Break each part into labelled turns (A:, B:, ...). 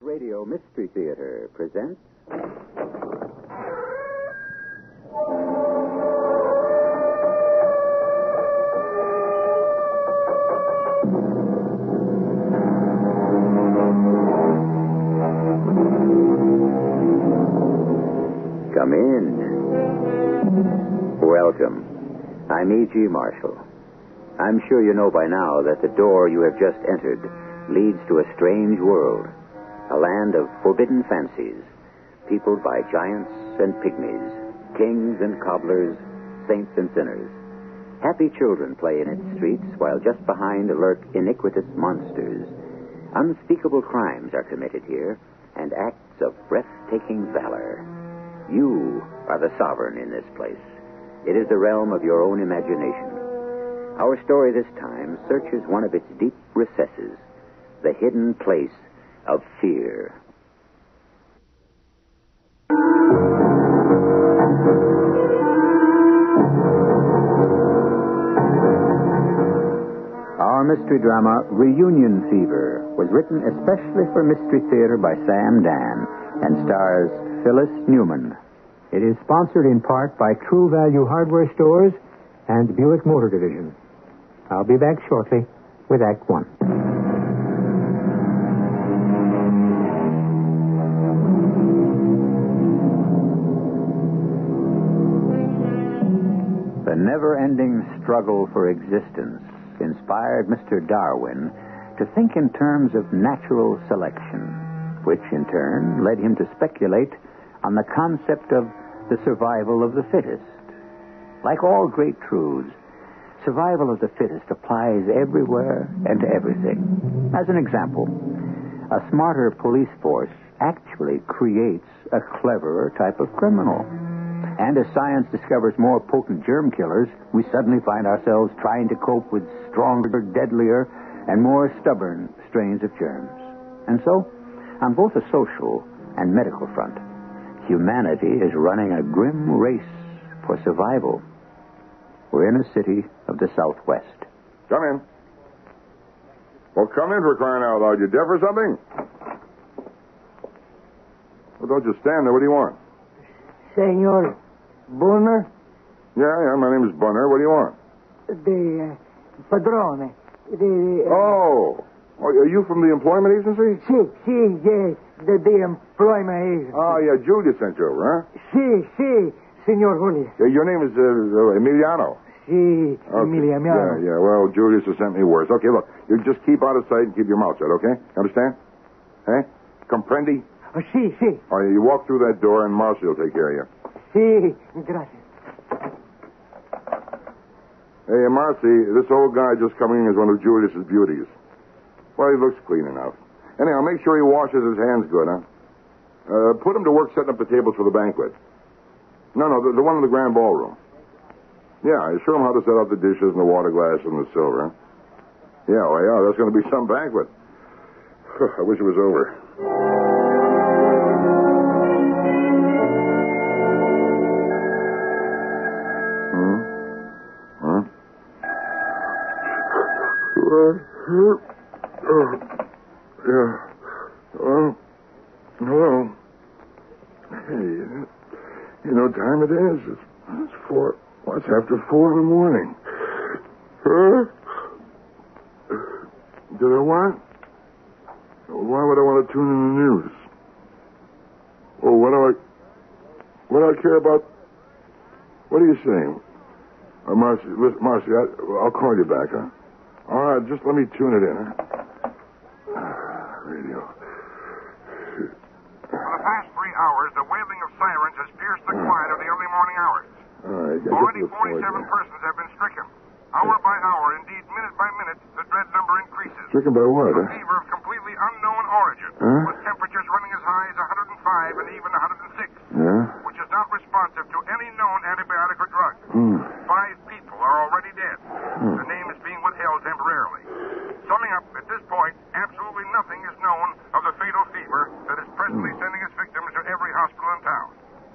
A: Radio Mystery Theater presents. Come in. Welcome. I'm E.G. Marshall. I'm sure you know by now that the door you have just entered leads to a strange world, a land of forbidden fancies, peopled by giants and pygmies, kings and cobblers, saints and sinners. Happy children play in its streets, while just behind lurk iniquitous monsters. Unspeakable crimes are committed here, and acts of breathtaking valor. You are the sovereign in this place. It is the realm of your own imagination. Our story this time searches one of its deep recesses, the hidden place of fear. Our mystery drama, Reunion Fever, was written especially for Mystery Theater by Sam Dan and stars Phyllis Newman.
B: It is sponsored in part by True Value Hardware Stores and Buick Motor Division. I'll be back shortly with Act One.
A: The never ending struggle for existence inspired Mr. Darwin to think in terms of natural selection, which in turn led him to speculate on the concept of the survival of the fittest. Like all great truths, survival of the fittest applies everywhere and to everything. As an example, a smarter police force actually creates a cleverer type of criminal. And as science discovers more potent germ killers, we suddenly find ourselves trying to cope with stronger, deadlier, and more stubborn strains of germs. And so, on both a social and medical front, humanity is running a grim race for survival. We're in a city of the Southwest.
C: Come in. Well, come in for crying out loud. You deaf or something? Well, don't just stand there. What do you want?
D: Senor Bonner,
C: Yeah, yeah, my name is Bunner. What do you want?
B: eh,
D: the uh, padrone. The, uh,
C: Oh. oh, are you from the employment agency?
D: Sì, sì, yes, the, the employment is.
C: Oh, yeah, Julia sent you over, huh?
D: Sì, sì, signor Julio.
C: Yeah, your name is uh, uh, Emiliano.
D: Sì,
C: Okay.
D: Emilia Miano.
C: Yeah, yeah. Well, Julius has sent me words. Okay, look, you just keep out of sight and keep your mouth shut, okay? Understand? Eh? Comprendi?
D: Oh, sì, sì,
C: All right, you walk through that door and Marcy will take care of you.
D: sì, grazie.
C: Hey, Marcy, this old guy just coming in is one of Julius's beauties. Well, he looks clean enough. Anyhow, make sure he washes his hands good, huh? Uh, put him to work setting up the tables for the banquet. No, no, the, the one in the grand ballroom. Yeah, show him how to set up the dishes and the water glass and the silver. Yeah, well, yeah, that's going to be some banquet. I wish it was over. Hmm? Huh? Uh, yeah. Uh, Well, hello. Hey, you know what time it is? It's, it's four. Well, it's after four in the morning. Huh? Did I want? Why would I want to tune in the news? Well, what do I? What do I care about? What are you saying? Uh, Marcy, listen, Marcy, I, I'll call you back, huh? All right, just let me tune it in, huh? Ah, Radio.
E: For the past three hours, the wailing of sirens has pierced the quiet of the early morning hours.
C: All right, I get
E: Already
C: to the
E: 47
C: point here.
E: persons have been stricken. Hour by hour, indeed minute by minute, the dread number increases.
C: Stricken by what,
E: A
C: huh?
E: fever of completely unknown origin,
C: Huh?
E: with temperatures running as high as 105 and even 106,
C: Yeah?
E: which is not responsive to any known antibiotic or drug.
C: Hmm.
E: Five people are already dead. The name is being withheld temporarily. Summing up, at this point, absolutely nothing is known of the fatal fever that is presently sending its victims to every hospital in town.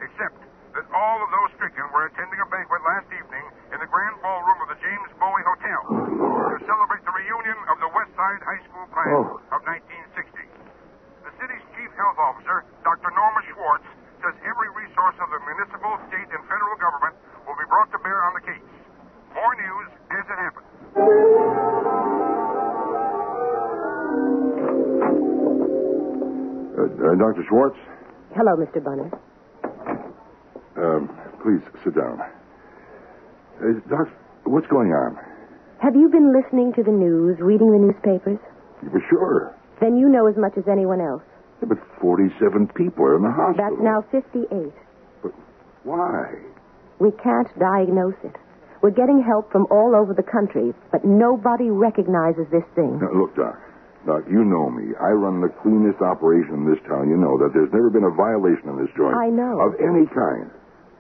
E: Except that all of those stricken were attending a banquet last evening in the grand ballroom of the James Bowie Hotel to celebrate the reunion of the West Side High School class
C: Oh.
E: of 1960. The city's chief Health Officer, Dr. Norma Schwartz, says every resource of the municipal, state, and federal government will be brought to bear on the case. More news as it happens.
C: Uh, uh, Dr. Schwartz,
F: Hello, Mr. Bunner.
C: um, please sit down. Uh, doc, what's going on?
F: Have you been listening to the news, reading the newspapers?
C: For sure.
F: Then you know as much as anyone else.
C: Yeah, but 47 people are in the hospital.
F: That's now 58.
C: Why?
F: We can't diagnose it. We're getting help from all over the country, but nobody recognizes this thing.
C: Now, look, Doc. Doc, you know me. I run the cleanest operation in this town. You know that there's never been a violation in this joint.
F: I know.
C: Of any kind.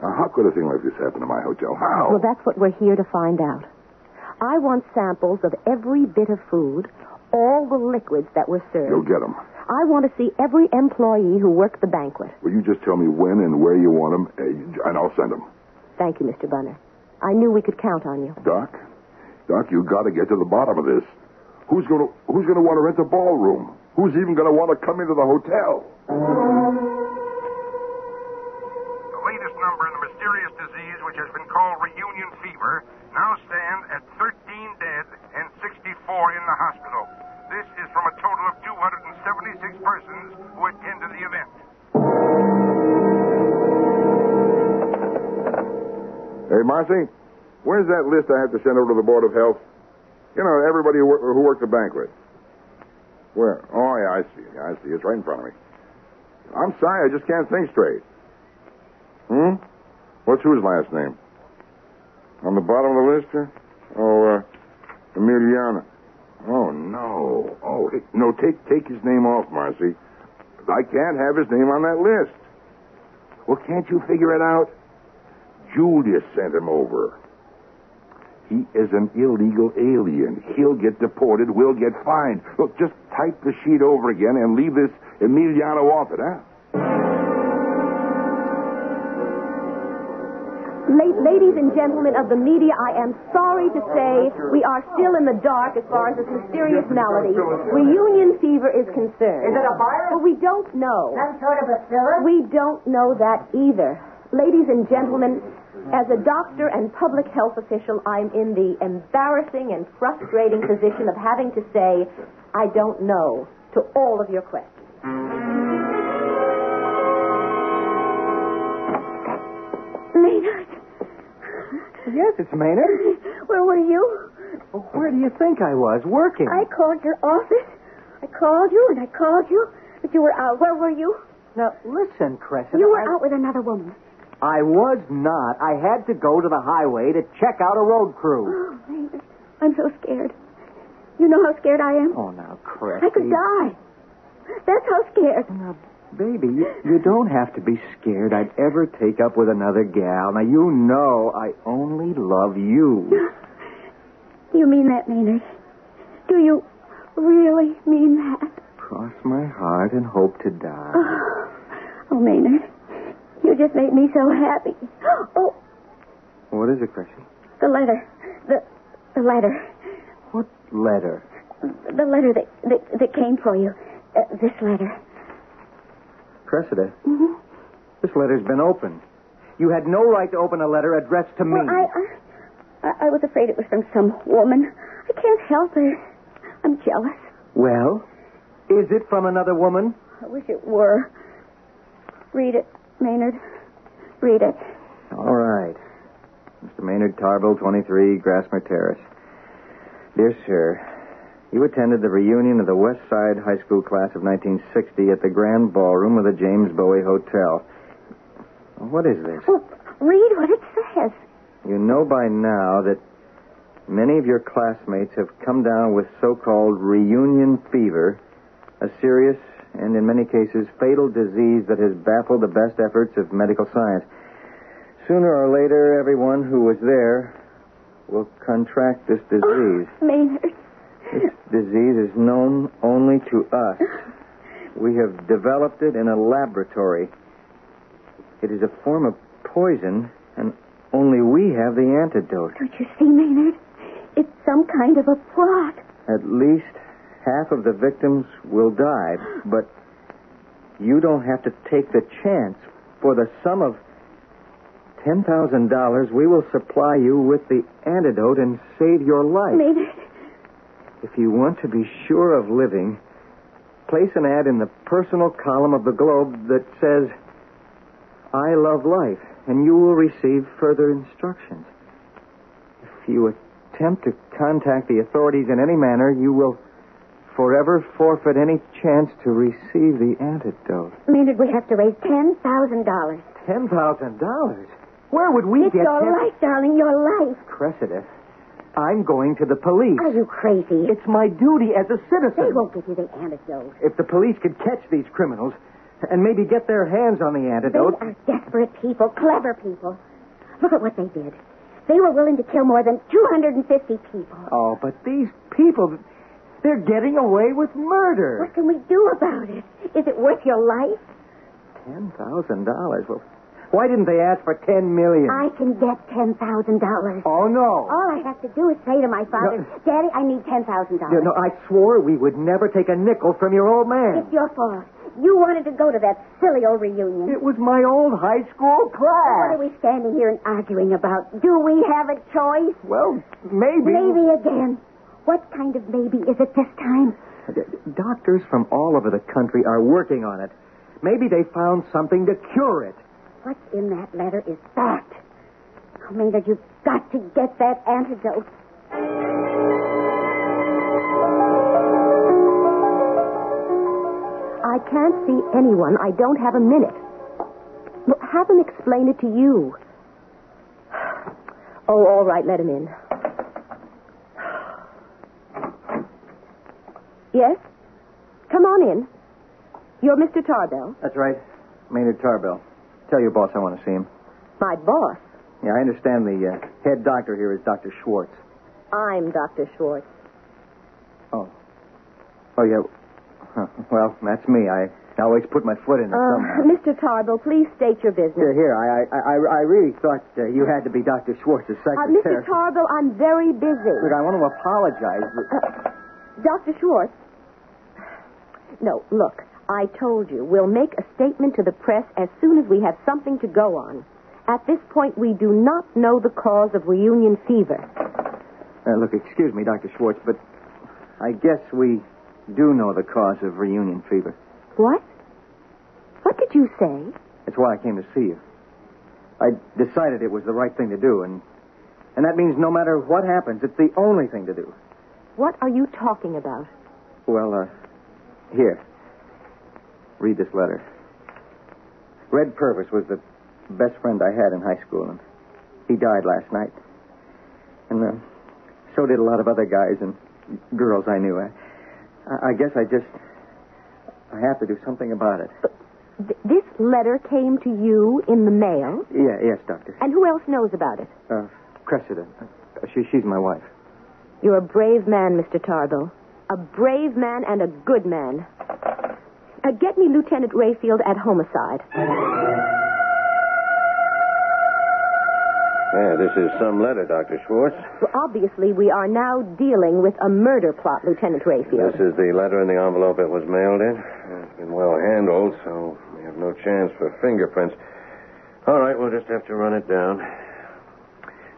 C: Now, how could a thing like this happen to my hotel? How?
F: Well, that's what we're here to find out. I want samples of every bit of food, all the liquids that were
C: You'll
F: served.
C: get them.
F: I want to see every employee who worked the banquet.
C: Will you just tell me when and where you want them, and I'll send them.
F: Thank you, Mr. Bunner. I knew we could count on you.
C: Doc, Doc, you got to get to the bottom of this. Who's going to Who's going to want to rent a ballroom? Who's even going to want to come into the hotel?
E: The latest number in the mysterious disease, which has been called reunion fever, now stands at 13 dead and 64 in the hospital. This is from a total of 276 persons who attended the event.
C: Hey, Marcy, where's that list I have to send over to the Board of Health? You know, everybody who, wor- who worked the banquet. Where? Oh, yeah, I see. I see. It's right in front of me. I'm sorry, I just can't think straight. Hmm? What's whose last name? On the bottom of the list here? Oh, uh, Emiliana. Oh, no. Oh, hey, no, take, take his name off, Marcy. I can't have his name on that list. Well, can't you figure it out? Julius sent him over. He is an illegal alien. He'll get deported. We'll get fined. Look, just type the sheet over again and leave this Emiliano off it, huh?
F: La- ladies and gentlemen of the media, I am sorry to say we are still in the dark as far as this mysterious malady, reunion fever, is concerned.
G: Is it a virus?
F: Well, we don't know.
G: Some sort of a filler?
F: We don't know that either. Ladies and gentlemen, as a doctor and public health official, I'm in the embarrassing and frustrating position of having to say, I don't know, to all of your questions. Maynard.
B: Yes, it's Maynard.
F: Where were you?
B: Well, where do you think I was? Working.
G: I called your office. I called you and I called you, but you were out. Where were you?
A: Now, listen, Crescent.
G: You were
A: I,
G: out with another woman.
A: I was not. I had to go to the highway to check out a road crew.
G: Oh, David, I'm so scared. You know how scared I am?
A: Oh, now, Crescent.
G: I could die. That's how scared.
B: Now, baby, you, you don't have to be scared I'd ever take up with another gal. Now, you know I only love you.
G: You mean that, Maynard? Do you really mean that?
B: Cross my heart and hope to die.
G: Oh, Maynard, you just made me so happy. Oh,
B: What is it, Christian?
G: the letter. The, the letter.
B: What letter?
G: The letter that, that, that came for you. Uh, this letter.
B: Cressida,
G: Mm-hmm.
B: this letter's been opened. You had no right to open a letter addressed to me.
G: Well, I, I, I- I was afraid it was from some woman. I can't help it. I'm jealous.
B: Well, is it from another woman?
G: I wish it were. Read it, Maynard. Read it.
B: All right. Mr. Maynard Tarbell, 23, Grasmere Terrace. Dear sir, you attended the reunion of the West Side High School class of 1960 at the Grand Ballroom of the James Bowie Hotel. What is this?
G: Oh, read what it says.
B: You know by now that many of your classmates have come down with so called reunion fever, a serious and in many cases fatal disease that has baffled the best efforts of medical science. Sooner or later, everyone who was there will contract this disease.
G: Maynard.
B: This disease is known only to us. We have developed it in a laboratory. It is a form of poison, and only we have the antidote.
G: Don't you see, Maynard? It's some kind of a plot.
B: At least half of the victims will die, but you don't have to take the chance. For the sum of $10,000, we will supply you with the antidote and save your life.
G: Maynard,
B: If you want to be sure of living, place an ad in the personal column of the Globe that says, I love life, and you will receive further instructions. If you attempt to contact the authorities in any manner, you will forever forfeit any chance to receive the antidote.
G: Maynard, we have to raise ten thousand dollars.
B: $10,000? Where would we
G: It's
B: get
G: your
B: ten-
G: life, darling, your life.
B: Cressida, I'm going to the police.
G: Are you crazy?
B: It's my duty as a
G: They
B: citizen.
G: won't give you the antidote.
B: If the police could catch these criminals and maybe get their hands on the
G: They
B: antidote,
G: are desperate people, clever people. Look at what they did. They were willing to kill more than 250 people.
B: Oh, but these people, they're getting away with murder.
G: What can we do about it? Is it worth your life?
B: Ten thousand dollars. Well, why didn't they ask for ten million?
G: I can get $10,000.
B: Oh no.
G: All I have to do is say to my father,
B: No.
G: Daddy, I need $10,000.
B: You know, I swore we would never take a nickel from your old man.
G: It's your fault. You wanted to go to that silly old reunion.
B: It was my old high school
G: What are
B: class.
G: we standing here and arguing about? Do we have a choice?
B: Well, maybe.
G: Maybe again. What kind of maybe is it this time?
B: Doctors from all over the country are working on it. Maybe they found something to cure it.
G: What's in that letter is fact. Oh, Maynard, you've got to get that antidote.
F: I can't see anyone. I don't have a minute. Well, have him explain it to you. Oh, all right, let him in. Yes? Come on in. You're Mr. Tarbell,
B: That's right. Maynard Tarbell. Tell your boss I want to see him.
F: my boss.
B: Yeah, I understand the uh, head doctor here is Dr. Schwartz.
F: I'm Dr. Schwartz.
B: Oh. Oh, yeah. Huh. Well, that's me. I always put my foot in it
F: Uh,
B: somehow.
F: Mr. Tarbell, please state your
B: Here,
F: business.
B: here. I, I, I, I really thought uh, you had to be Dr. Schwartz's
F: Uh, Mr.
B: secretary.
F: Tarbell, I'm very busy.
B: Look, I want to apologize.
F: Dr. Schwartz. No, look, I told you, we'll make a statement to the press as soon as we have something to go on. At this point, we do not know the cause of reunion fever.
B: Uh, look, excuse me, Dr. Schwartz, but I guess we do know the cause of reunion fever.
F: What? What did you say?
B: That's why I came to see you. I decided it was the right thing to do, and and that means no matter what happens, it's the only thing to do.
F: What are you talking about?
B: Well, uh, here. Read this letter. Red Purvis was the best friend I had in high school, and he died last night. And uh, so did a lot of other guys and girls I knew. I, I guess I just I have to do something about it.
F: Th- this letter came to you in the mail,
B: Yeah, yes, doctor.
F: and who else knows about it?
B: Uh, Cressida, Uh, she, she's my wife.
F: You're a brave man, Mr. Tarbell. A brave man and a good man. Uh, get me Lieutenant Rayfield at homicide.
H: Yeah, this is some letter, Dr. Schwartz.
F: Well, obviously, we are now dealing with a murder plot, Lieutenant
H: This
F: Rayfield.
H: is the letter in the envelope it was mailed in. It's been well handled, so we have no chance for fingerprints. All right, we'll just have to run it down.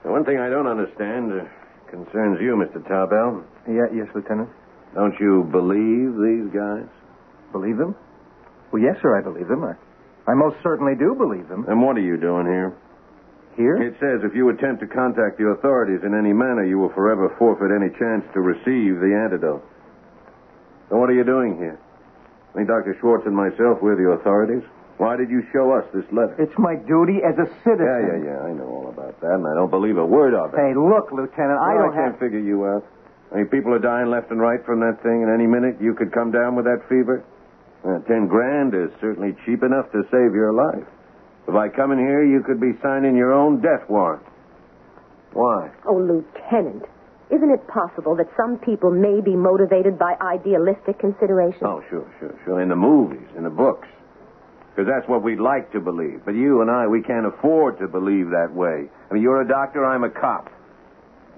H: The one thing I don't understand uh, concerns you, Mr. Tarbell.
B: Yeah, yes, Lieutenant.
H: Don't you believe these guys?
B: Believe them? Well, yes, sir, I believe them. I, I most certainly do believe them.
H: Then what are you doing here?
B: Here?
H: It says if you attempt to contact the authorities in any manner, you will forever forfeit any chance to receive the antidote. So what are you doing here? I mean, Dr. Schwartz and myself, we're the authorities. Why did you show us this letter?
B: It's my duty as a citizen.
H: Yeah, yeah, yeah. I know all about that, and I don't believe a word of it.
B: Hey, look, Lieutenant, I
H: Well,
B: don't
H: I can't
B: have.
H: figure you out. I mean, people are dying left and right from that thing, and any minute you could come down with that fever. Uh, Ten grand is certainly cheap enough to save your life. If I come in here, you could be signing your own death warrant. Why?
F: Oh, Lieutenant, isn't it possible that some people may be motivated by idealistic considerations?
H: Oh, sure, sure, sure. In the movies, in the books. Because that's what we'd like to believe. But you and I, we can't afford to believe that way. I mean, you're a doctor, I'm a cop.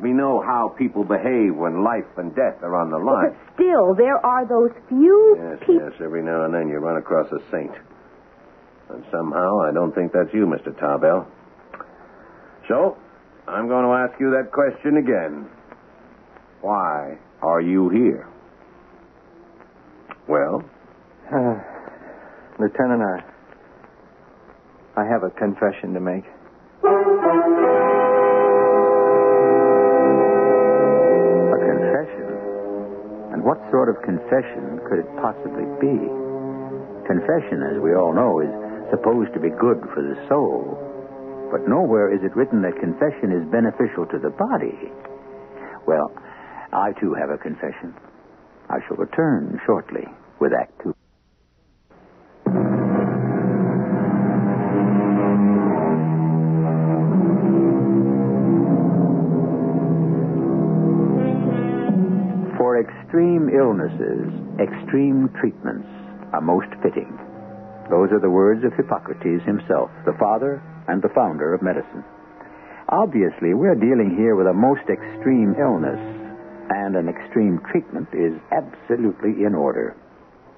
C: We know how people behave when life and death are on the line.
F: But still, there are those few
C: Yes,
F: people.
C: yes. Every now and then you run across a saint. And somehow I don't think that's you, Mr. Tarbell. So, I'm going to ask you that question again. Why are you here? Well,
B: Uh, Lieutenant, I, I have a confession to make.
A: A confession? And what sort of confession could it possibly be? Confession, as we all know, is supposed to be good for the soul. But nowhere is it written that confession is beneficial to the body. Well, I too have a confession. I shall return shortly with Act Two. For extreme illnesses, extreme treatments are most fitting. Those are the words of Hippocrates himself, the father and the founder of medicine. Obviously, we're dealing here with a most extreme illness, and an extreme treatment is absolutely in order,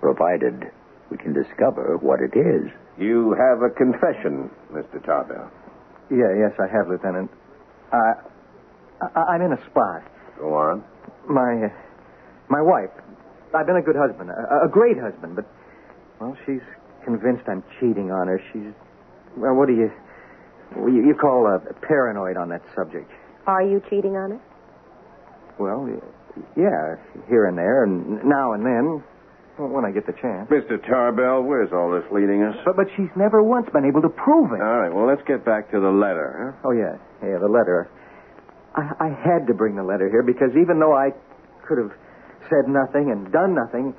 A: provided we can discover what it is.
C: you have a confession, Mr. Tarbell.
B: Yeah, yes, I have, Lieutenant. I, I, I'm in a spot.
C: Go on.
B: My, uh, my wife. I've been a good husband, a, a great husband, but well, she's convinced I'm cheating on her. She's, well, what do you, what you, you call a paranoid on that subject?
F: Are you cheating on her?
B: Well, y- yeah, here and there, and now and then, when I get the chance.
C: Mr. Tarbell, where's all this leading us?
B: But but she's never once been able to prove it.
C: All right, well, let's get back to the letter,
B: Oh, yeah. Yeah, the letter. I, I had to bring the letter here because even though I could have said nothing and done nothing,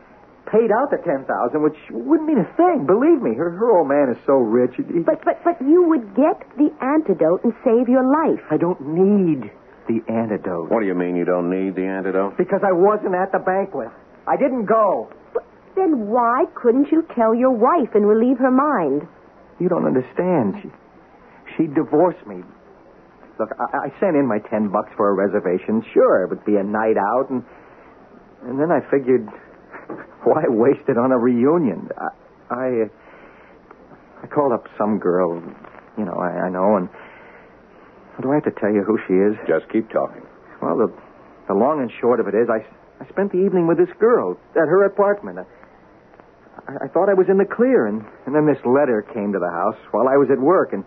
B: paid out the 10000 which wouldn't mean a thing. Believe me, her, her old man is so rich. He, he-
I: But, but, but you would get the antidote and save your life.
B: I don't need the
C: huh?
B: antidote
C: What do you mean you don't need the antidote?
B: because I wasn't at the banquet. I didn't go.
F: Then why couldn't you tell your wife and relieve her mind?
B: You don't understand. She, she divorced me. Look, I, I sent in my ten bucks for a reservation. Sure, it would be a night out, and and then I figured, why waste it on a reunion? I I, uh, I called up some girl, you know, I, I know, and do I have to tell you who she is?
C: Just keep talking.
B: Well, the the long and short of it is, I I spent the evening with this girl at her apartment. I, I thought I was in the clear, and and then this letter came to the house while I was at work, and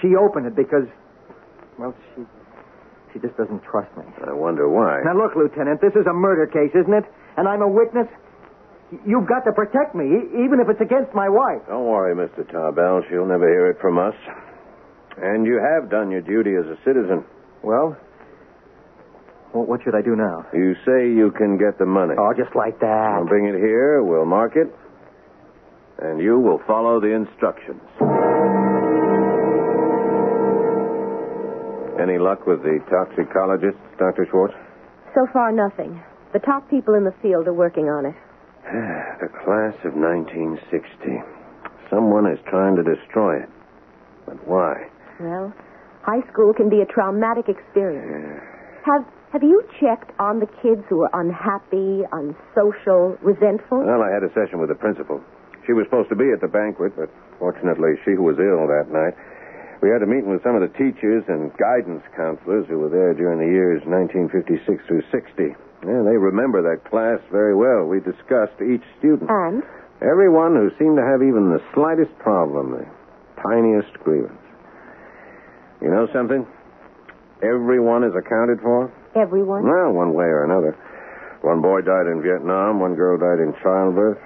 B: she opened it because, well, she she just doesn't trust me.
C: I wonder why.
B: Now look, Lieutenant, this is a murder case, isn't it? And I'm a witness. You've got to protect me, e- even if it's against my wife.
C: Don't worry, Mr. Tarbell. She'll never hear it from us. And you have done your duty as a citizen.
B: Well, wh- what should I do now?
C: You say you can get the money.
B: Oh, just like that.
C: I'll bring it here. We'll mark it. And you will follow the instructions. Any luck with the toxicologist, Dr. Schwartz?
F: So far, nothing. The top people in the field are working on it.
C: the class of 1960. Someone is trying to destroy it. But why?
F: Well, high school can be a traumatic experience. Have Have you checked on the kids who are unhappy, unsocial, resentful?
C: Well, I had a session with the principal. She was supposed to be at the banquet, but fortunately she was ill that night. We had a meeting with some of the teachers and guidance counselors who were there during the years 1956 through 60. Yeah, they remember that class very well. We discussed each student.
F: And
C: Everyone who seemed to have even the slightest problem, the tiniest grievance. You know something? Everyone is accounted for.
F: everyone.
C: Well, one way or another. One boy died in Vietnam, one girl died in childbirth.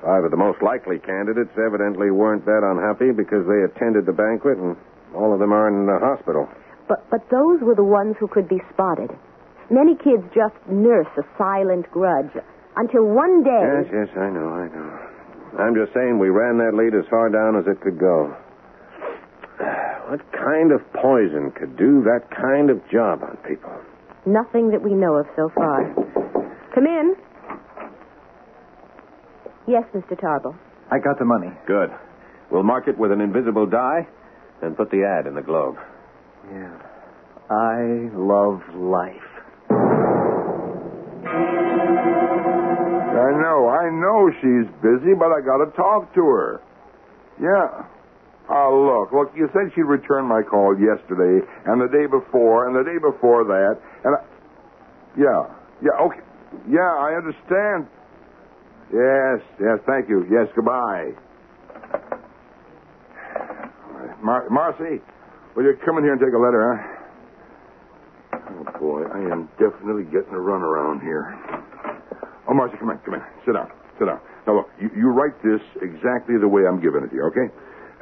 C: Five of the most likely candidates evidently weren't that unhappy because they attended the banquet, and all of them are in the hospital.
F: But but those were the ones who could be spotted. Many kids just nurse a silent grudge until one day.
C: Yes, yes, I know, I know. I'm just saying we ran that lead as far down as it could go. What kind of poison could do that kind of job on people?
F: Nothing that we know of so far. Come in. Yes, Mr. Tarble.
B: I got the money.
C: Good. We'll mark it with an invisible dye and put the ad in the globe.
B: Yeah. I love life.
C: I know, I know she's busy, but I gotta talk to her. Yeah. Oh, look, look, you said she'd return my call yesterday, and the day before, and the day before that, and I... Yeah, yeah, okay. Yeah, I understand. Yes, yes, thank you. Yes, goodbye. Mar- Marcy, will you come in here and take a letter, huh? Oh, boy, I am definitely getting a runaround here. Oh, Marcy, come in, come in. Sit down, sit down. Now, look, you, you write this exactly the way I'm giving it to you, okay?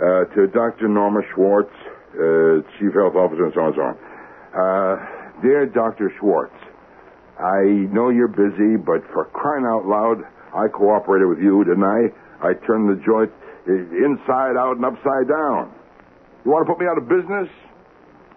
C: Uh, to Dr. Norma Schwartz, uh, Chief Health Officer, and so on and so on. Uh, dear Dr. Schwartz, I know you're busy, but for crying out loud, I cooperated with you, didn't I? I turned the joint i- inside out and upside down. You want to put me out of business?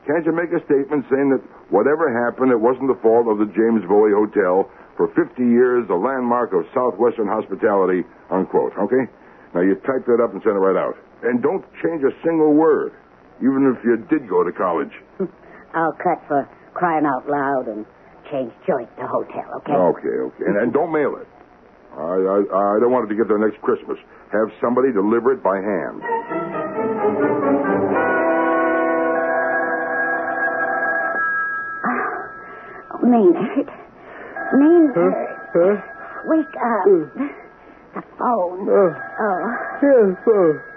C: Can't you make a statement saying that whatever happened, it wasn't the fault of the James Bowie Hotel for 50 years, the landmark of Southwestern hospitality, unquote, okay? Now, you type that up and send it right out. And don't change a single word, even if you did go to college.
G: I'll cut for crying out loud and change joint to hotel, okay?
C: Okay, okay. And, and don't mail it. I, I, I don't want it to get there next Christmas. Have somebody deliver it by hand.
G: Oh, Maynard. Maynard. Wake up.
B: Hmm.
G: The phone. Oh.
B: Yeah, so. Uh,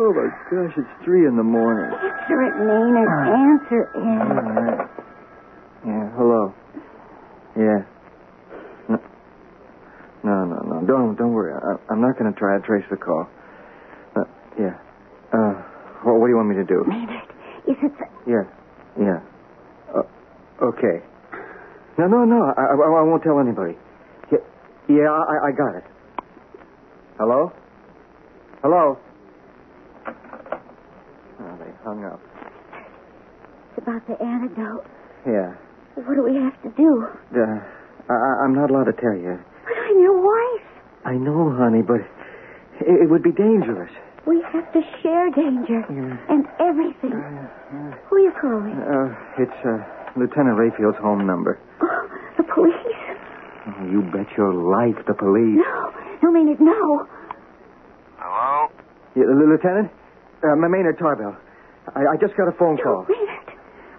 B: Oh, my gosh, it's three in the morning.
G: Answer it, Maynard. Answer
B: All
G: it.
B: right. Yeah, hello. Yeah. No, no, no. no. Don't, don't worry. I, I'm not going to try to trace the call. Uh, yeah. Uh, well, what do you want me to do?
G: Maynard, is it the...
B: Yeah, yeah. Uh, okay. No, no, no. I, I, I won't tell anybody. Yeah, yeah I, I got it. Hello? Hello? Oh, they hung up.
G: It's about the antidote.
B: Yeah.
G: What do we have to do?
B: Uh, I- I, I'm not allowed to tell you.
G: But I'm your wife.
B: I know, honey, but it, it would be dangerous.
G: We have to share danger and everything. Who are you calling?
B: Uh, it's uh, Lieutenant Rayfield's home number.
G: Oh, the police?
B: Oh, you bet your life, the police.
G: No, no, Maynard, no.
E: Hello?
B: Yeah, L- Lieutenant? Uh, Ma- Maynard Tarbell. I, I just got a phone call.
G: Maynard.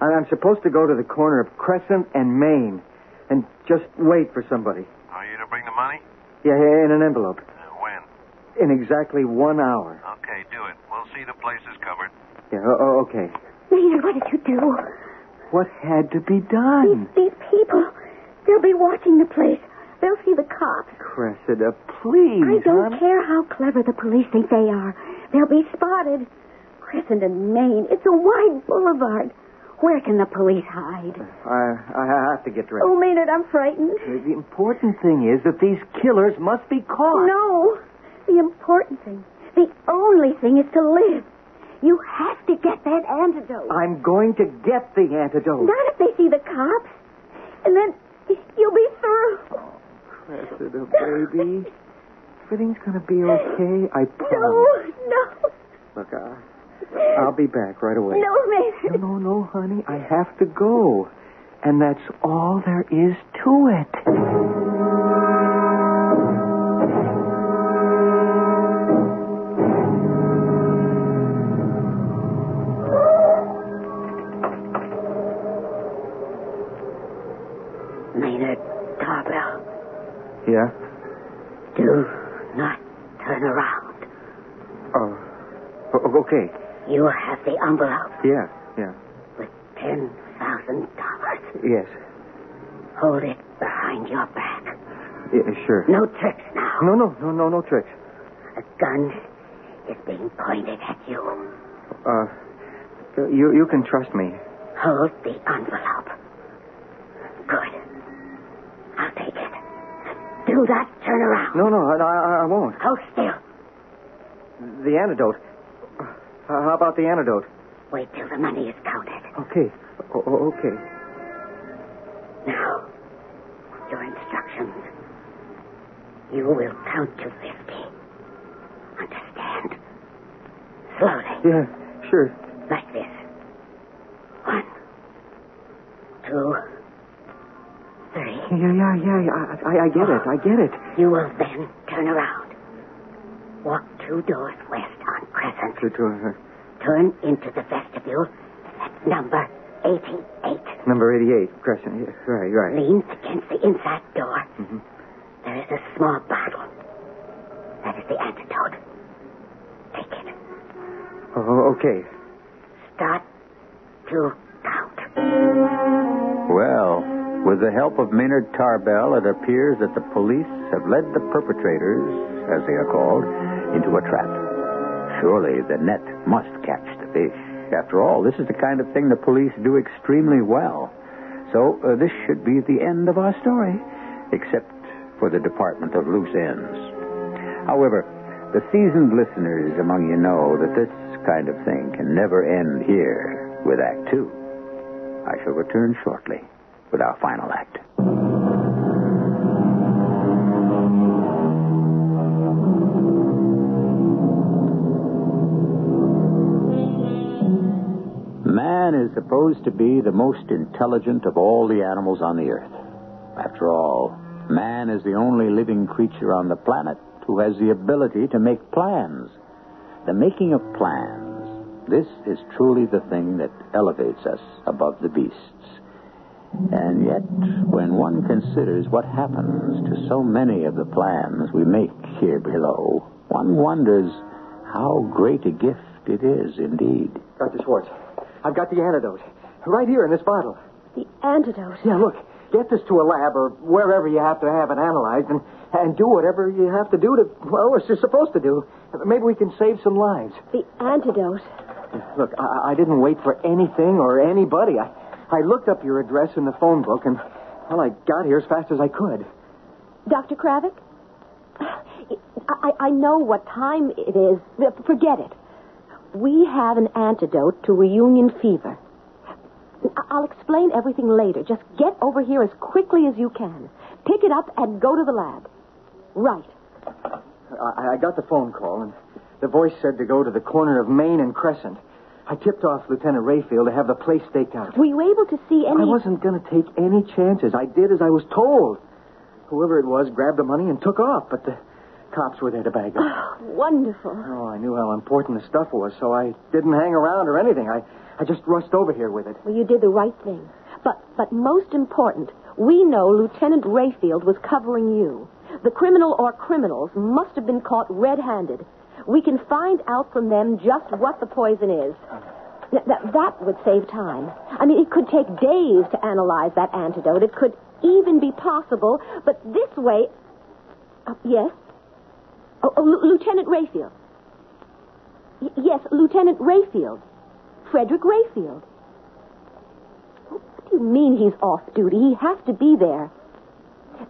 B: And I'm supposed to go to the corner of Crescent and Main and just wait for somebody.
E: Are you to bring the money?
B: Yeah, yeah, in an envelope.
E: Uh, when?
B: In exactly one hour.
E: Okay, do it. We'll see the place is covered.
B: Yeah, oh, oh, okay.
G: Maynard, what did you do?
B: What had to be done?
G: These people, they'll be watching the place. They'll see the cops.
B: Cressida, please.
G: I don't
B: hon.
G: care how clever the police think they are. They'll be spotted. Cressenden, Maine. It's a wide boulevard. Where can the police hide?
B: I, I have to get dressed.
G: Oh, Maynard, I'm frightened.
B: The important thing is that these killers must be caught.
G: No. The important thing, the only thing is to live. You have to get that antidote.
B: I'm going to get the antidote.
G: Not if they see the cops. And then you'll be through.
B: Cressida, baby. Everything's going to be okay. I
G: No,
B: promise.
G: no.
B: Look, I, I'll be back right away.
G: No,
B: No,
G: Maynard.
B: no, no, honey. I have to go. And that's all there is to it.
G: Maynard Tarbell,
B: Yeah?
G: do not turn around.
B: Oh. o- Okay.
G: You have the envelope
B: Yeah. Yeah.
G: with ten thousand dollars.
B: Yes.
G: Hold it behind your back.
B: Yeah, sure.
G: No tricks now.
B: No, no, no, no, no tricks.
G: A gun is being pointed at you.
B: Uh, you, you can trust me.
G: Hold the envelope. Good. I'll take it. Do not turn around.
B: No, no, I, I, I won't.
G: Hold still.
B: The antidote. Uh, How about the antidote?
G: Wait till the money is counted.
B: Okay. O- o- okay.
G: Now, your instructions. You will count to 50. Understand? Slowly,
B: Yeah, sure.
G: like this. One,
B: Yeah, yeah, yeah, I, I, I get it. I get it.
G: You will then turn around. Walk two doors west on Crescent.
B: To, to, uh,
G: Turn into the vestibule at number 88.
J: Number 88, Crescent. Yeah, right, right.
G: Lean against the inside door. There is a small bottle. That is the antidote. Take it.
J: Oh, okay.
G: Start to count.
A: Well, with the help of Maynard Tarbell, it appears that the police have led the perpetrators, as they are called, into a trap. Surely the net must catch the fish. After all, this is the kind of thing the police do extremely well. So uh, this should be the end of our story, except for the Department of Loose Ends. However, the seasoned listeners among you know that this kind of thing can never end here with Act Two. I shall return shortly with our final act. Man is supposed to be the most intelligent of all the animals on the earth. After all, man is the only living creature on the planet who has the ability to make plans. The making of plans, this is truly the thing that elevates us above the beasts. And yet, when one considers what happens to so many of the plans we make here below, one wonders how great a gift it is indeed.
B: Dr. Schwartz, I've got the antidote. Right here in this bottle.
F: The antidote.
B: Yeah, look, get this to a lab or wherever you have to have it analyzed and, and do whatever you have to do to, well, as you're supposed to do. Maybe we can save some lives.
F: The antidote.
B: Look, I, I didn't wait for anything or anybody. I, I looked up your address in the phone book and, well, I got here as fast as I could.
F: Dr. Kravick? I, I know what time it is. Forget it. We have an antidote to reunion fever. I- I'll explain everything later. Just get over here as quickly as you can. Pick it up and go to the lab. Right.
B: I, I got the phone call, and the voice said to go to the corner of Main and Crescent. I tipped off Lieutenant Rayfield to have the place staked out.
F: Were you able to see any.
B: I wasn't going to take any chances. I did as I was told. Whoever it was grabbed the money and took off, but the cops were there to bag it.
F: Wonderful.
B: Oh, I knew how important the stuff was, so I didn't hang around or anything. I, I just rushed over here with it.
F: Well, you did the right thing. But, but most important, we know Lieutenant Rayfield was covering you. The criminal or criminals must have been caught red-handed. We can find out from them just what the poison is. Th- that, that would save time. I mean, it could take days to analyze that antidote. It could even be possible, but this way. Uh, yes? Oh, oh, Lu- Lieutenant Rayfield. Y- yes, Lieutenant Rayfield. Frederick Rayfield. What do you mean he's off duty? He has to be there.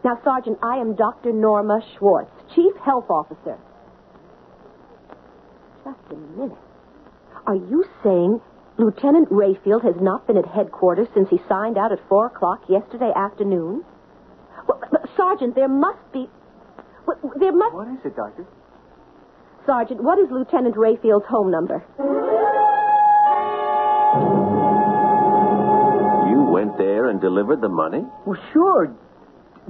F: Now, Sergeant, I am Dr. Norma Schwartz, Chief Health Officer. Just a minute. Are you saying Lieutenant Rayfield has not been at headquarters since he signed out at 4 o'clock yesterday afternoon? Well, but- but, Sergeant, there must be. Well, There must.
B: What is it, Doctor?
F: Sergeant, what is Lieutenant Rayfield's home number?
H: You went there and delivered the money?
B: Well, sure.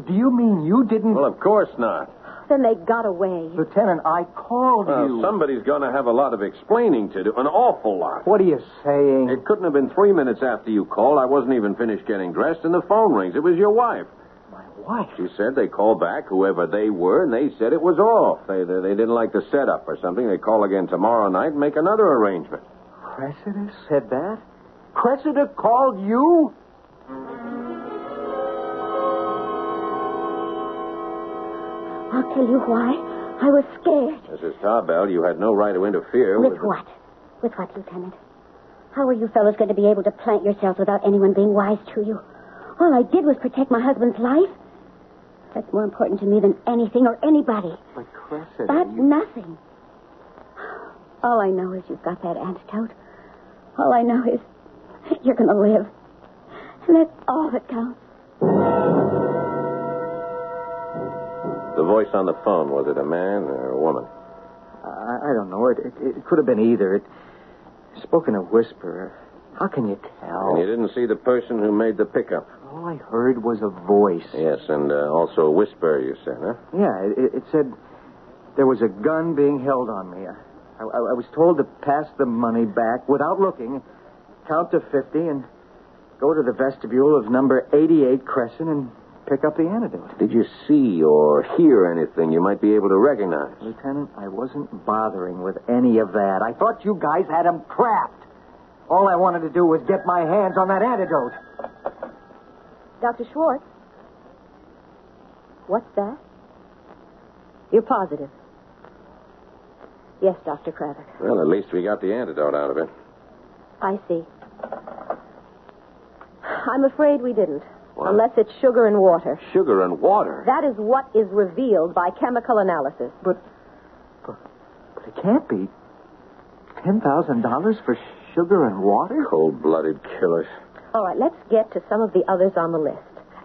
B: Do you mean you didn't?
H: Well, of course not.
F: Then they got away.
B: Lieutenant, I called
D: Uh,
H: Well,
B: you.
H: somebody's going to have a lot of explaining to do, an awful lot.
B: What are you saying?
H: It couldn't have been three minutes after you called. I wasn't even finished getting dressed, and the phone rings. It was your wife.
B: My wife.
H: She said they called back, whoever they were, and they said it was off. They, they, they didn't like the setup or something. They call again tomorrow night and make another arrangement.
B: Cressida said that? Cressida called you?
G: I'll tell you why. I was scared.
H: Mrs. Tarbell, you had no right to interfere
G: With
H: the-
G: what? With what, Lieutenant? How are you fellows going to be able to plant yourselves without anyone being wise to you? All I did was protect my husband's life. That's more important to me than anything or anybody.
B: But Cressida.
G: But nothing. All I know is you've got that antidote. All I know is you're going to live. And that's all that counts.
H: The voice on the phone, was it a man or a woman?
B: I, I don't know. It, it, it could have been either. It spoke in a whisper. How can you
H: And you
B: tell? Oh.
H: didn't see the person who made the pickup.
D: All I heard was a voice.
H: Yes, and uh, also a whisper, you said, huh?
D: Yeah, it, it said there was a gun being held on me. I, I, I was told to pass the money back without looking, count to 50, and go to the vestibule of number 88 Crescent and pick up the antidote.
H: Did you see or hear anything you might be able to recognize?
D: Lieutenant, I wasn't bothering with any of that. I thought you guys had him trapped. All I wanted to do was get my hands on that antidote.
F: Dr. Schwartz? What's that? You're positive. Yes, Dr. Craddock.
H: Well, at least we got the antidote out of it.
F: I see. I'm afraid we didn't.
H: What?
F: Unless it's sugar and water.
H: Sugar and water.
F: That is what is revealed by chemical analysis.
D: But, but, but it can't be. $10,000 for sugar and water?
H: Cold blooded killers.
F: All right, let's get to some of the others on the list.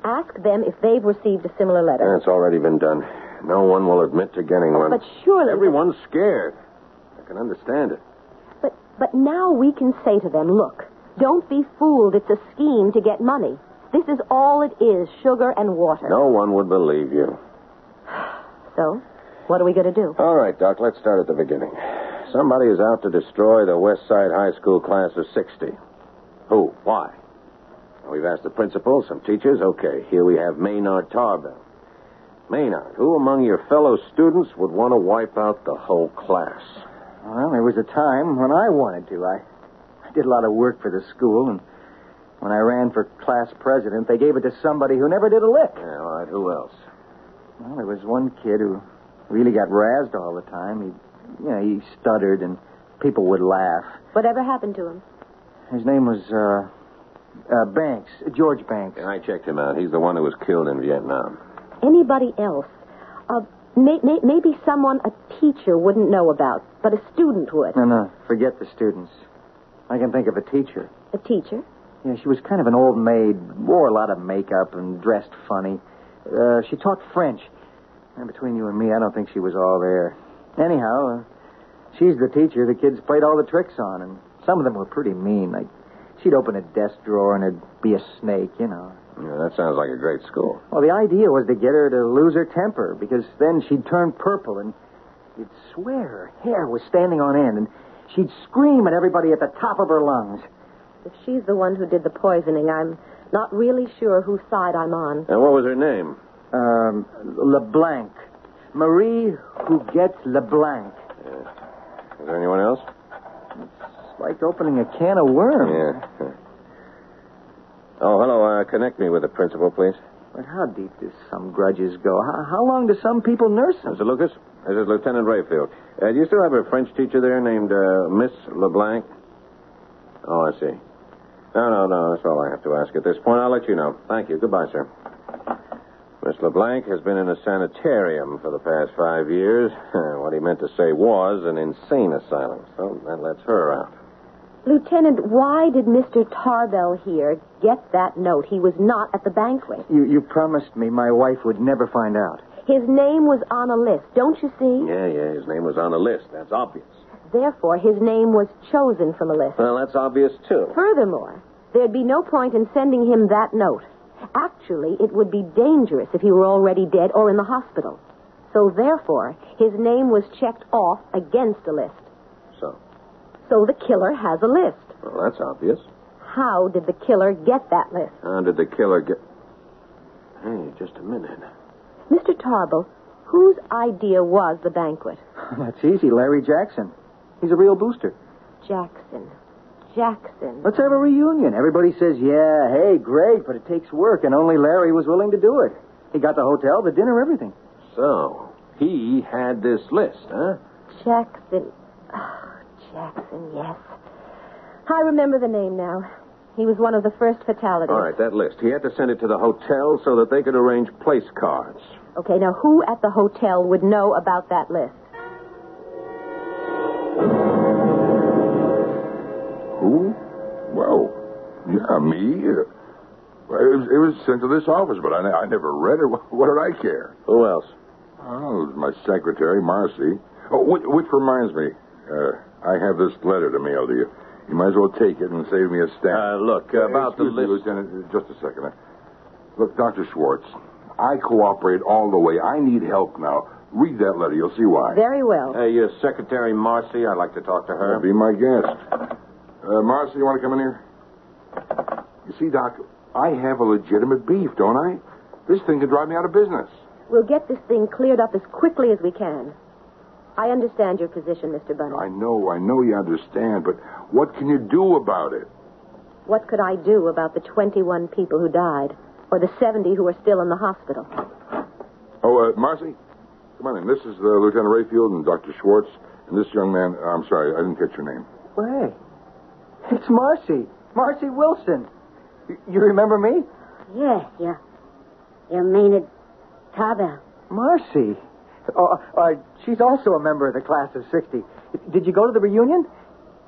F: Ask them if they've received a similar
D: Uh,
F: letter.
H: That's already been done. No one will admit to getting one.
F: But surely.
H: Everyone's scared. I can understand it.
F: But, but now we can say to them, look, don't be fooled. It's a scheme to get money. This is all it is sugar and water.
H: No one would believe you.
F: So, what are we going to do?
H: All right, Doc, let's start at the beginning. Somebody is out to destroy the West Side High School class of 60. Who? Why? Well, We've asked the principal, some teachers. Okay, here we have Maynard Tarbell. Maynard, who among your fellow students would want to wipe out the whole class?
D: Well, there was a time when I wanted to. I, I did a lot of work for the school, and when I ran for class president, they gave it to somebody who never did a lick.
H: Yeah, all right, who else?
D: Well, there was one kid who really got razzed all the time. He, you know, he stuttered, and people would laugh.
F: Whatever happened to him?
D: His name was uh, uh, Banks, George Banks.
H: Yeah, I checked him out. He's the one who was killed in Vietnam.
F: Anybody else? Uh, may, may, maybe someone a teacher wouldn't know about, but a student would.
D: No, no, forget the students. I can think of a teacher.
F: A teacher?
D: Yeah, she was kind of an old maid, wore a lot of makeup and dressed funny. Uh, she taught French. And between you and me, I don't think she was all there. Anyhow, uh, she's the teacher the kids played all the tricks on, and some of them were pretty mean. Like, she'd open a desk drawer and it'd be a snake, you know.
H: Yeah, that sounds like a great school.
D: Well, the idea was to get her to lose her temper because then she'd turn purple and you'd swear her hair was standing on end and she'd scream at everybody at the top of her lungs.
F: If she's the one who did the poisoning, I'm not really sure whose side I'm on.
H: And what was her name?
D: Um, LeBlanc. Marie who gets LeBlanc.
H: Is there anyone else?
D: It's like opening a can of worms.
H: Yeah. Oh, hello. Uh, connect me with the principal, please.
D: But how deep do some grudges go? How, how long do some people nurse them?
H: Mr. Lucas, this is Lieutenant Rayfield. Uh, do you still have a French teacher there named uh, Miss LeBlanc? Oh, I see. No, no, no. That's all I have to ask at this point. I'll let you know. Thank you. Goodbye, sir. Miss LeBlanc has been in a sanitarium for the past five years. what he meant to say was an insane asylum. So that lets her out.
F: Lieutenant, why did Mr. Tarbell here get that note? He was not at the banquet.
D: You, you promised me my wife would never find out.
F: His name was on a list, don't you see?
H: Yeah, yeah. His name was on the list. That's obvious.
F: Therefore, his name was chosen from a list.
H: Well, that's obvious, too.
F: Furthermore, there'd be no point in sending him that note. Actually, it would be dangerous if he were already dead or in the hospital. So, therefore, his name was checked off against a list.
H: So,
F: So the killer has a list.
H: well, that's obvious.
F: How did the killer get that list?
H: How did the killer get. Hey, just a minute.
F: Mr. Tarbell, whose idea was the banquet?
D: That's easy. Larry Jackson. He's a real booster.
F: Jackson. Jackson.
D: Let's have a reunion. Everybody says, yeah, hey, great, but it takes work, and only Larry was willing to do it. He got the hotel, the dinner, everything.
H: So, he had this list, huh?
F: Jackson. Oh, Jackson, yes. I remember the name now. He was one of the first fatalities.
H: All right, that list. He had to send it to the hotel so that they could arrange place cards.
F: Okay, now who at the hotel would know about that list?
C: Who? Well, yeah, me. Uh, well, it, was, it was sent to this office, but I, ne- I never read it. What did I care?
H: Who else?
C: Oh, it was my secretary, Marcy. Oh, which, which reminds me, uh, I have this letter to mail to you. You might as well take it and save me a stamp.
H: Uh, look, about the
C: Excuse me,
H: list.
C: Lieutenant, uh, just a second. Look, Dr. Schwartz, I cooperate all the way. I need help now. Read that letter. You'll see why.
F: Very well.
H: Hey, Uh, your secretary, Marcy, I'd like to talk to her.
C: Be my guest. Uh, Marcy, you want to come in here? You see, Doc, I have a legitimate beef, don't I? This thing could drive me out of business.
F: We'll get this thing cleared up as quickly as we can. I understand your position, Mr. Bunny.
C: I know, I know you understand, but what can you do about it?
F: What could I do about the 21 people who died or the 70 who are still in the hospital?
C: Oh, uh, Marcy, come on in. This is uh, Lieutenant Rayfield and Dr. Schwartz, and this young man. uh, I'm sorry, I didn't catch your name.
D: Well, hey, it's Marcy. Marcy Wilson. Y- you remember me?
G: Yes, you. You mean it, Tarbell.
D: Marcy. Oh, uh, she's also a member of the class of 60. Did you go to the reunion?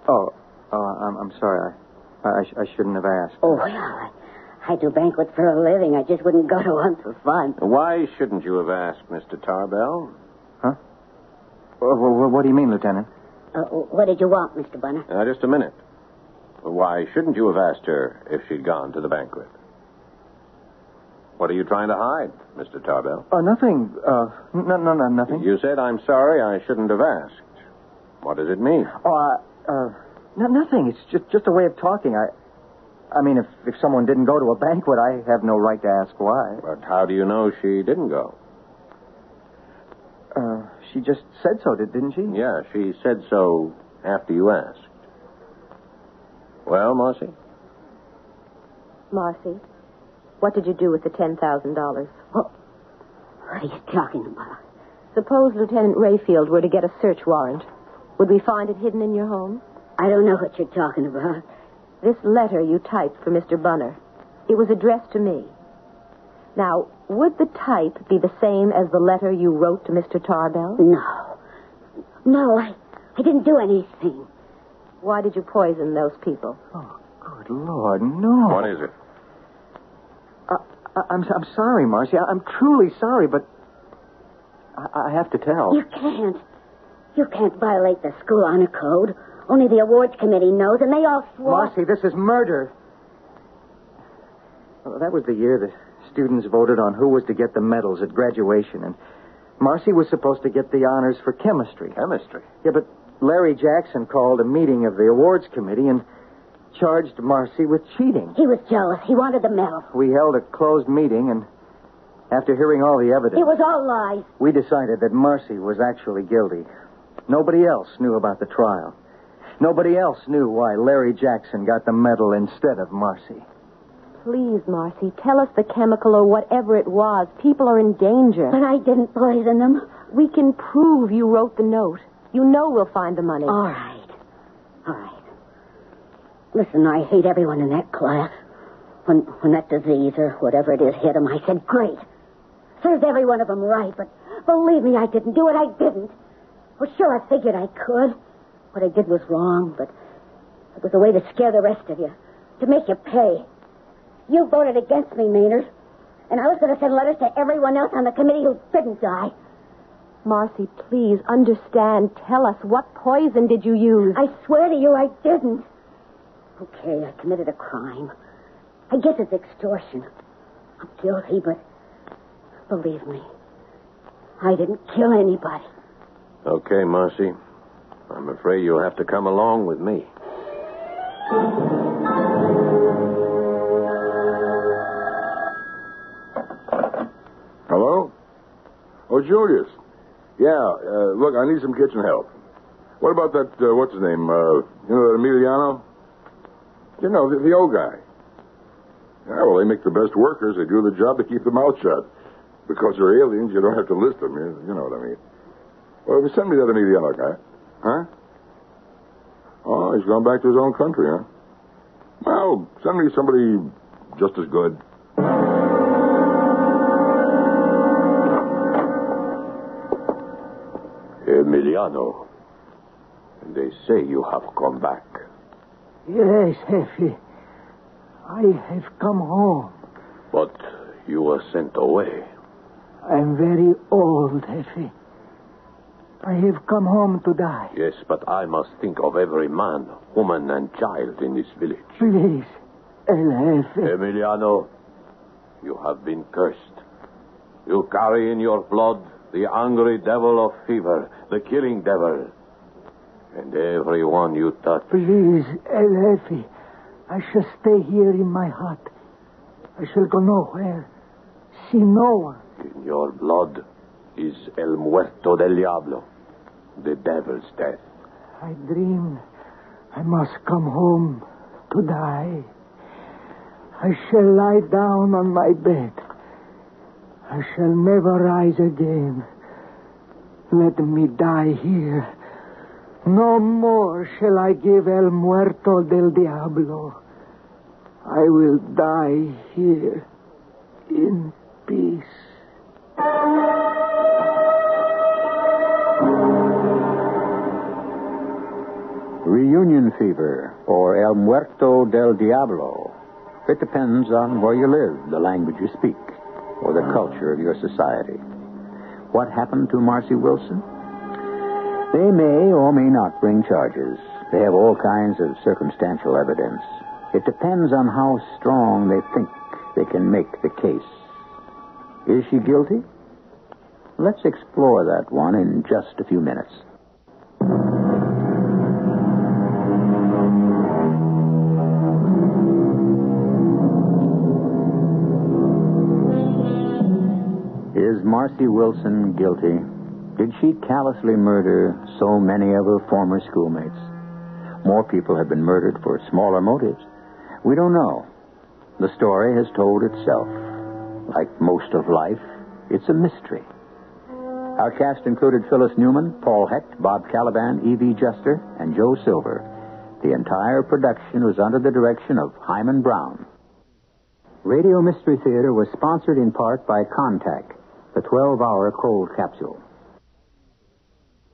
D: Oh, uh, I'm, I'm sorry. I, I, sh- I shouldn't have asked.
G: Oh, well, I, I do banquets for a living. I just wouldn't go to one for fun.
H: Why shouldn't you have asked, Mr. Tarbell?
D: Well, well, what do you mean, Lieutenant?
G: Uh, what did you want, Mr. Bunner?
H: Uh, just a minute. Why shouldn't you have asked her if she'd gone to the banquet? What are you trying to hide, Mr. Tarbell?
D: Oh, nothing. Uh, no, no, no, nothing.
H: You said, I'm sorry, I shouldn't have asked. What does it mean?
D: Oh, uh, uh, no, nothing. It's just just a way of talking. I, I mean, if if someone didn't go to a banquet, I have no right to ask why.
H: But how do you know she didn't go?
D: Uh, she just said so, did didn't she?
H: Yeah, she said so after you asked. Well, Marcy?
F: Marcy, what did you do with the $10,000?
G: What are you talking about?
F: Suppose Lieutenant Rayfield were to get a search warrant. Would we find it hidden in your home?
G: I don't know what you're talking about.
F: This letter you typed for Mr. Bunner, it was addressed to me. Now, would the type be the same as the letter you wrote to Mr. Tarbell?
G: No. No, I, I didn't do anything.
F: Why did you poison those people?
D: Oh, good Lord, no.
H: What is it?
D: I, I'm I'm sorry, Marcy. I, am truly sorry, but I, I have to tell.
G: You can't. You can't violate the school honor code. Only the awards committee knows, and they all swore.
D: Marcy, this is murder. Well, that was the year the students voted on who was to get the medals at graduation, and Marcy was supposed to get the honors for chemistry.
H: Chemistry.
D: Yeah, but Larry Jackson called a meeting of the awards committee and charged Marcy with cheating.
G: He was jealous. He wanted the medal.
D: We held a closed meeting, and after hearing all the evidence,
G: It was all lies.
D: we decided that Marcy was actually guilty. Nobody else knew about the trial. Nobody else knew why Larry Jackson got the medal instead of Marcy.
F: Please, Marcy, tell us the chemical or whatever it was. People are in danger.
G: But I didn't poison them.
F: We can prove you wrote the note. You know we'll find the money.
G: All right. All right. Listen, I hate everyone in that class. When, when that disease or whatever it is hit them, I said, great. Serves every one of them right, but believe me, I didn't do it. I didn't. Well, sure, I figured I could. What I did was wrong, but it was a way to scare the rest of you, to make you pay. You voted against me, Maynard, and I was going to send letters to everyone else on the committee who didn't die.
F: Marcy, please understand. Tell us what poison did you use?
G: I swear to you, I didn't. Okay, I committed a crime. I guess it's extortion. I'm guilty, but believe me, I didn't kill anybody.
H: Okay, Marcy. I'm afraid you'll have to come along with me.
C: Hello? Oh, Julius. Yeah, uh, look, I need some kitchen help. What about that, uh, what's his name? Uh, you know, that Emiliano? You know, the, the old guy. Yeah, well, they make the best workers. They do the job to keep their mouth shut. Because they're aliens, you don't have to list them. You, you know what I mean. Well, send me that Emiliano guy. Huh? Oh, he's gone back to his own country, huh? Well, send me somebody just as good.
H: Emiliano, they say you have come back.
K: Yes, Effie. I have come home.
H: But you were sent away.
K: I'm very old, Effie. I have come home to die.
H: Yes, but I must think of every man, woman, and child in this village.
K: Please, El Effie.
H: Emiliano, you have been cursed. You carry in your blood the angry devil of fever, the killing devil. And everyone you touch.
B: Please, El Hefe, I shall stay here in my hut. I shall go nowhere, see no one.
H: In your blood is El Muerto del Diablo, the devil's death.
B: I dreamed I must come home to die. I shall lie down on my bed. I shall never rise again. Let me die here. No more shall I give El Muerto del Diablo. I will die here in peace.
A: Reunion fever, or El Muerto del Diablo. It depends on where you live, the language you speak, or the culture of your society. What happened to Marcy Wilson? They may or may not bring charges. They have all kinds of circumstantial evidence. It depends on how strong they think they can make the case. Is she guilty? Let's explore that one in just a few minutes. Is Marcy Wilson guilty? Did she callously murder so many of her former schoolmates? More people have been murdered for smaller motives. We don't know. The story has told itself. Like most of life, it's a mystery. Our cast included Phyllis Newman, Paul Hecht, Bob Caliban, E.V. Jester, and Joe Silver. The entire production was under the direction of Hyman Brown. Radio Mystery Theater was sponsored in part by Contact, the 12 hour cold capsule.